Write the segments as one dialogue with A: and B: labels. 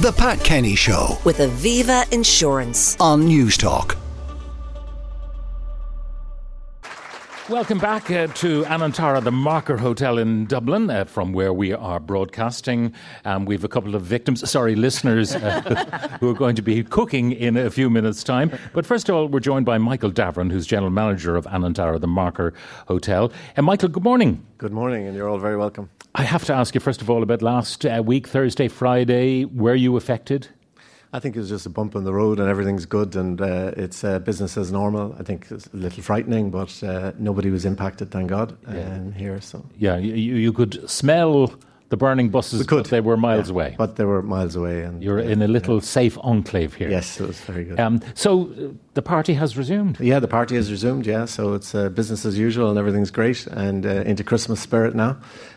A: The Pat Kenny Show
B: with Aviva Insurance.
A: on News Talk.
C: Welcome back uh, to Anantara, the Marker Hotel in Dublin, uh, from where we are broadcasting. Um, we have a couple of victims, sorry, listeners, uh, who are going to be cooking in a few minutes' time. But first of all, we're joined by Michael Davern, who's general manager of Anantara, the Marker Hotel. And Michael, good morning.
D: Good morning, and you're all very welcome.
C: I have to ask you, first of all, about last uh, week, Thursday, Friday. Were you affected?
D: I think it was just a bump in the road, and everything's good, and uh, it's uh, business as normal. I think it's a little frightening, but uh, nobody was impacted, thank God, um, here. So
C: Yeah, you, you you could smell the burning buses,
D: We could.
C: but they were miles
D: Yeah,
C: away.
D: but they were miles away, and
C: You're in a little safe enclave here.
D: yes, it was very good.
C: Um, so uh, the party has resumed.
D: yeah, the party has resumed. Yeah, so it's uh, business as usual, and everything's great, and uh, into Christmas spirit now.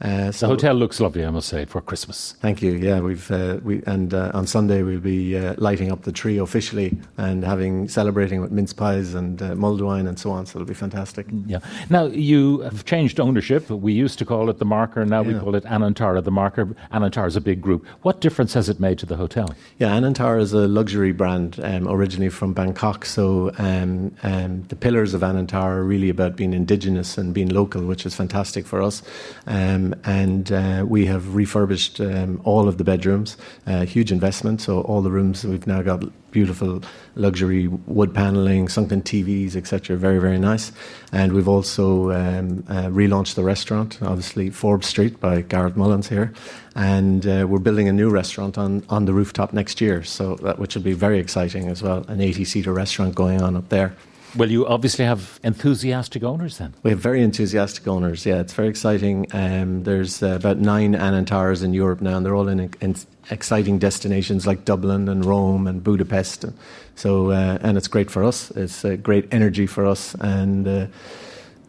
D: Uh, so
C: The hotel looks lovely, I must say, for Christmas.
D: Thank you. Yeah, we've uh, we and uh, on Sunday we'll be uh, lighting up the tree officially and having celebrating with mince pies and uh, mulled wine and so on. So it'll be fantastic.
C: Yeah. Now you have changed ownership. We used to call it the Marker. Now we
D: Yeah.
C: call it Anantara. The Marker. Anantara is a big group. What difference has it made to the hotel?
D: Yeah, Anantar is a luxury brand um, originally from Bangkok. So um, um, the pillars of Anantar are really about being indigenous and being local, which is fantastic for us. Um, and uh, we have refurbished um, all of the bedrooms, uh, huge investment. So all the rooms we've now got beautiful luxury wood paneling, sunken TVs, etc. Very very nice. And we've also um, uh, relaunched the restaurant, obviously Forbes Street by Garrett Mullins here, and uh, we're building a new restaurant on, on the rooftop next year, so that which will be very exciting as well. An 80 seater restaurant going on up there.
C: Well, you obviously have enthusiastic owners then.
D: We have very enthusiastic owners. Yeah, it's very exciting. Um, there's uh, about nine Anantaras in Europe now, and they're all in, in exciting destinations like Dublin and Rome and Budapest. And so, uh, and it's great for us. It's uh, great energy for us, and uh,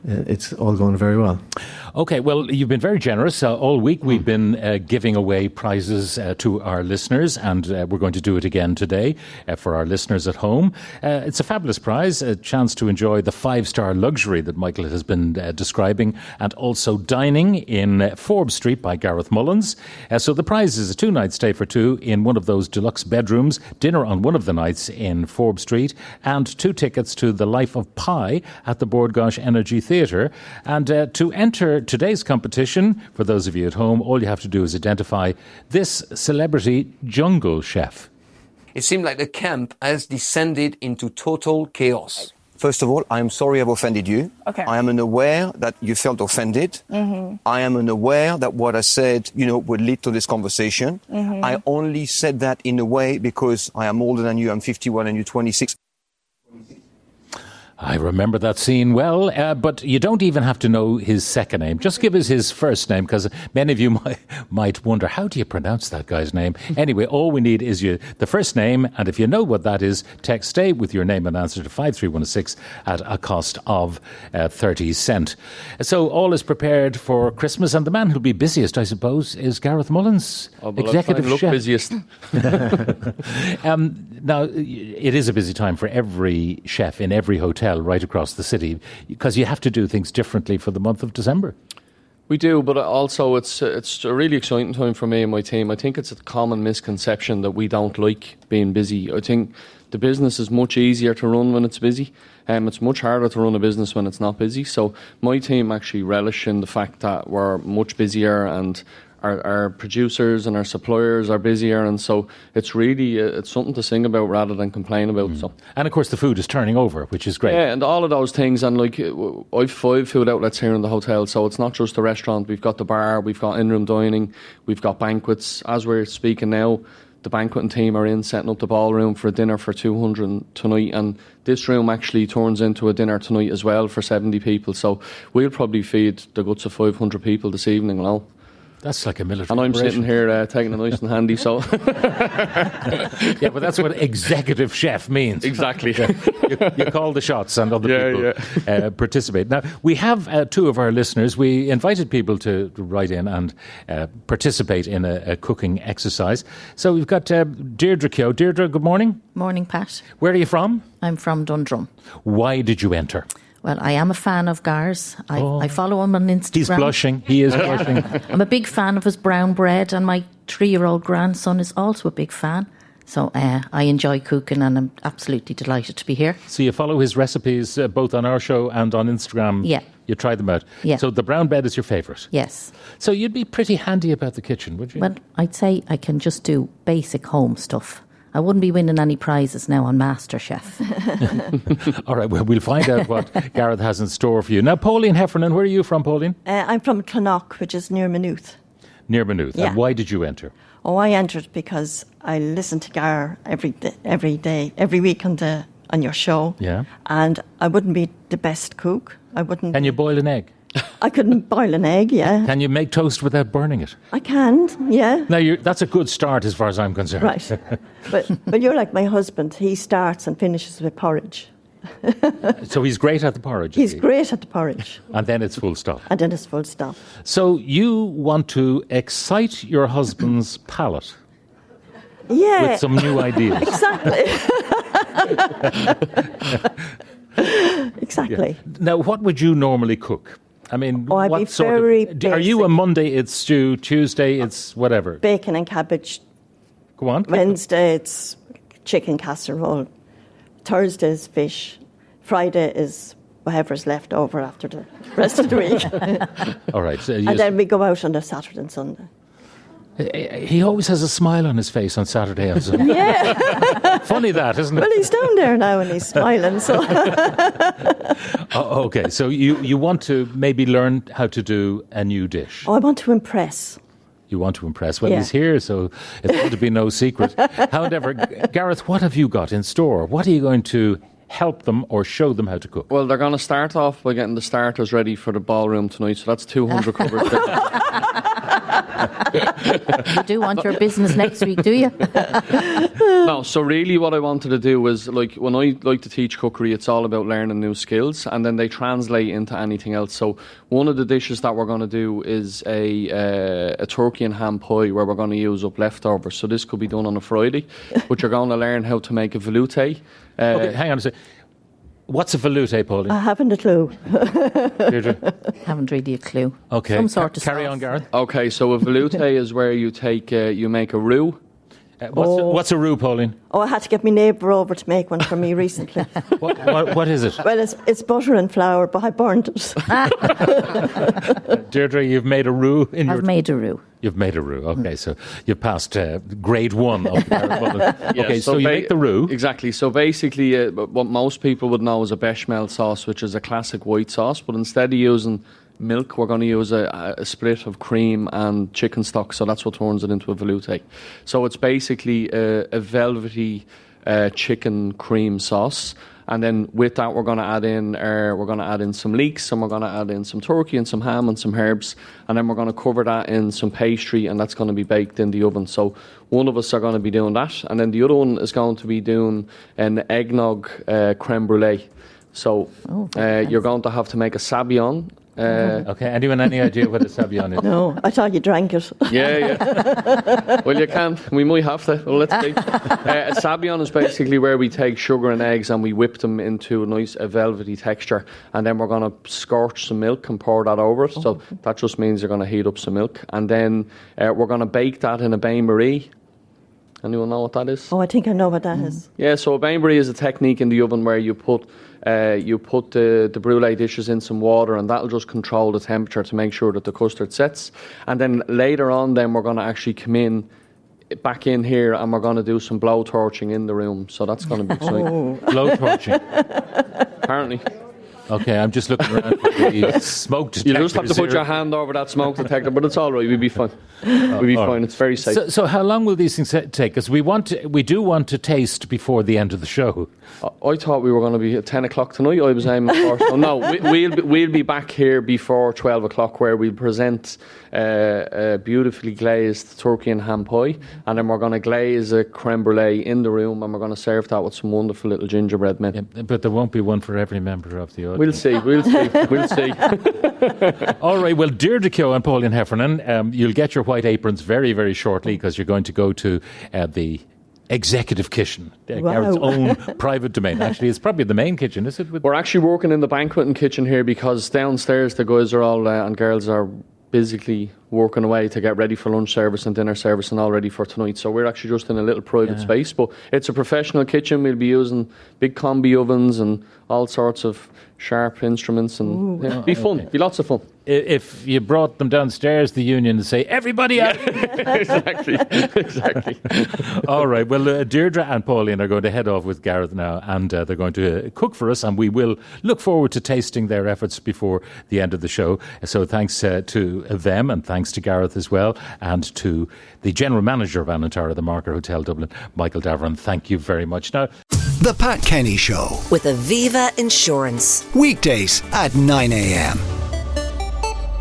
D: it's all going very well.
C: Okay, well, you've been very generous. Uh, all week we've been uh, giving away prizes uh, to our listeners, and uh, we're going to do it again today uh, for our listeners at home. Uh, it's a fabulous prize, a chance to enjoy the five star luxury that Michael has been uh, describing, and also dining in uh, Forbes Street by Gareth Mullins. Uh, so the prize is a two night stay for two in one of those deluxe bedrooms, dinner on one of the nights in Forbes Street, and two tickets to The Life of Pi at the Borgosh Energy Theatre. And uh, to enter today's competition, for those of you at home, all you have to do is identify this celebrity jungle chef.
E: It seemed like the camp has descended into total chaos.
F: First of all, I am sorry I've offended you.
G: Okay.
F: I am unaware that you felt offended. I am unaware that what I said, you know, would lead to this conversation. I only said that in a way because I am older than you. I'm 51 and you're 26.
C: I remember that scene well, uh, but you don't even have to know his second name. Just give us his first name because many of you might, might wonder how do you pronounce that guy's name. Anyway, all we need is you, the first name, and if you know what that is, text stay with your name and answer to 53106 at a cost of uh, 30 cent. So all is prepared for Christmas, and the man who'll be busiest, I suppose, is Gareth Mullins,
H: Oh,
C: executive
H: look
C: chef.
H: busiest.
C: Um, now, it is a busy time for every chef in every hotel right across the city because you have to do things differently for the month of December.
H: We do, but also it's it's a really exciting time for me and my team. I think it's a common misconception that we don't like being busy. I think the business is much easier to run when it's busy, and it's much harder to run a business when it's not busy. So my team actually relish in the fact that we're much busier and. Our, our producers and our suppliers are busier, and so it's really uh, it's something to sing about rather than complain about. So
C: And of course, the food is turning over, which is great.
H: Yeah, and all of those things, and like uh, w- I've five food outlets here in the hotel, so it's not just the restaurant. We've got the bar, we've got in-room dining, we've got banquets. As we're speaking now, the banqueting team are in setting up the ballroom for dinner for two hundred tonight, and this room actually turns into a dinner tonight as well for seventy people. So we'll probably feed the guts of five hundred people this evening and all.
C: That's like a military.
H: And I'm
C: operation.
H: sitting here uh, taking it nice and handy. So
C: Yeah, but that's what executive chef means.
H: exactly.
C: you, you call the shots and other
H: Yeah,
C: people Uh, participate. Now, we have uh, two of our listeners. We invited people to, to write in and uh, participate in a, a cooking exercise. So we've got uh, Deirdre Keogh. Deirdre, good morning.
I: Morning, Pat.
C: Where are you from?
I: I'm from Dundrum.
C: Why did you enter?
I: Well, I am a fan of Gar's.
C: Oh.
I: I, I follow him on Instagram.
C: He's blushing. He is blushing.
I: I'm a big fan of his brown bread, and my three year old grandson is also a big fan. So uh, I enjoy cooking and I'm absolutely delighted to be here.
C: So you follow his recipes uh, both on our show and on Instagram.
I: Yeah.
C: You try them out.
I: Yeah.
C: So the brown bread is your favourite.
I: Yes.
C: So you'd be pretty handy about the kitchen, would you?
I: Well, I'd say I can just do basic home stuff. I wouldn't be winning any prizes now on MasterChef.
C: All right, well, we'll find out what Gareth has in store for you. Now, Pauline Heffernan, where are you from, Pauline?
G: Uh, I'm from Clonock, which is near Maynooth.
C: Near Maynooth.
G: yeah.
C: And why did you enter?
G: Oh, I entered because I listen to Gar every d- every day, every week on the on your show.
C: Yeah.
G: And I wouldn't be the best cook. I wouldn't.
C: Can you boil an egg?
G: I couldn't boil an egg. Yeah,
C: Can you make toast without burning it?
G: I can. Yeah.
C: Now, you that's a good start as far as I'm concerned.
G: Right. but but you're like my husband. He starts and finishes with porridge.
C: So he's great at the porridge. is
G: He's
C: he?
G: great at the porridge,
C: And then it's full stop.
G: and then it's full stop.
C: So you want to excite your husband's palate
G: Yeah.
C: with some new ideas.
G: exactly. exactly.
C: Now, what would you normally cook? I mean,
G: Oh, I'd
C: what
G: be
C: sort
G: very
C: of? do- Are you a
G: basic.
C: Monday? It's stew. Tuesday, it's whatever.
G: Bacon and cabbage
C: Go on.
G: Wednesday it's chicken casserole. Thursday is fish. Friday is whatever's left over after the rest of the week.
C: All right. so you-
G: and then we go out on a Saturday and Sunday.
C: he always has a smile on his face on Saturday. and Sunday.
G: Yeah.
C: Funny that, isn't it?
G: well, he's down there now and he's smiling. So
C: Oh, okay, so you, you want to maybe learn how to do a new dish.
G: oh, I want to impress.
C: You want to impress. Well,
G: Yeah.
C: he's here, so it's going to be no secret. However, G- Gareth, what have you got in store? What are you going to help them or show them how to cook?
H: Well, they're going to start off by getting the starters ready for the ballroom tonight, so that's 200 covered. there.
I: you do want your business next week, do you?
H: no, so really what I wanted to do was, like, when I like to teach cookery, it's all about learning new skills, and then they translate into anything else. So one of the dishes that we're going to do is a, uh, a turkey and ham pie, where we're going to use up leftovers. So this could be done on a Friday, but you're going to learn how to make a velouté. Uh,
C: Okay, hang on a second. What's a velouté, Pauline?
G: I haven't a clue.
C: Deirdre?
I: Haven't really a clue.
C: Okay,
I: Some sort
C: ca-
I: of
C: carry
I: sauce.
C: on, Gareth.
H: Okay, so a velouté is where you take uh, you make a roux.
C: Uh, what's, a, what's a roux, Pauline?
G: Oh, I had to get my neighbour over to make one for me recently.
C: What, what, what is it?
G: well, it's, it's butter and flour, but I burned it.
C: Deirdre, you've made a roux in your.
I: I've made a roux.
C: You've made a roux. Okay, so you've passed uh, grade one of the Gareth Mullen.
H: Yeah,
C: Okay, so, you
H: ba-
C: make the roux.
H: Exactly. So basically, uh, b- what most people would know is a bechamel sauce, which is a classic white sauce, but instead of using milk, we're going to use a, a split of cream and chicken stock. So that's what turns it into a velouté. So it's basically a, a velvety uh, chicken cream sauce. And then with that, we're going to add in uh, we're going to add in some leeks, and we're going to add in some turkey and some ham and some herbs, and then we're going to cover that in some pastry, and that's going to be baked in the oven. So one of us are going to be doing that, and then the other one is going to be doing an eggnog uh, creme brulee. So uh, you're going to have to make a sabion. Uh,
C: Okay, anyone any idea what a sabion is?
G: no, I thought you drank it.
H: yeah, yeah. well, you can. We might have to. Well, let's see. Uh, a sabion is basically where we take sugar and eggs and we whip them into a nice a velvety texture, and then we're going to scorch some milk and pour that over it. So that just means you're going to heat up some milk, and then uh, we're going to bake that in a bain marie. Anyone know what that is?
G: Oh, I think I know what that is.
H: Yeah, so a bain marie is a technique in the oven where you put uh, you put the, the brulee dishes in some water, and that'll just control the temperature to make sure that the custard sets. And then later on, then we're going to actually come in back in here, and we're going to do some blow torching in the room. So that's going to be exciting.
C: Blow torching.
H: Apparently,
C: Okay, I'm just looking around for the smoke
H: you
C: detector.
H: just have to put
C: here.
H: your hand over that smoke detector, but it's all right. We'll be fine. We'll be
C: all right.
H: fine. It's very safe.
C: So, so how long will these things ta- take? Because we want, to, we do want to taste before the end of the show.
H: I- I thought we were going to be at 10 o'clock tonight. I was aiming for. So no, we, we'll, be, we'll be back here before 12 o'clock where we'll present uh, a beautifully glazed turkey and ham pie. And then we're going to glaze a creme brulee in the room and we're going to serve that with some wonderful little gingerbread men.
C: But there won't be one for every member of the audience.
H: We'll see, we'll see, we'll see.
C: All right, well, Deirdre Keogh and Pauline Heffernan, um, you'll get your white aprons very, very shortly because you're going to go to uh, the executive kitchen, uh,
G: Wow.
C: Gareth's own private domain. Actually, it's probably the main kitchen, is it? With-
H: We're actually working in the banqueting kitchen here because downstairs the guys are all uh, and girls are basically working away to get ready for lunch service and dinner service and all ready for tonight. So we're actually just in a little private space, but it's a professional kitchen. We'll be using big combi ovens and all sorts of sharp instruments, and yeah, be fun. Be lots of fun.
C: I- If you brought them downstairs, the union would say, everybody out.
H: exactly, exactly.
C: All right. Well, uh, Deirdre and Pauline are going to head off with Gareth now, and uh, they're going to uh, cook for us, and we will look forward to tasting their efforts before the end of the show. So thanks uh, to them, and thanks to Gareth as well, and to the general manager of Anantara, the Marker Hotel Dublin, Michael Davern. Thank you very much. Now,
A: The Pat Kenny Show.
B: with Aviva Insurance.
A: Weekdays at 9 a.m.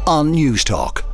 A: on News Talk.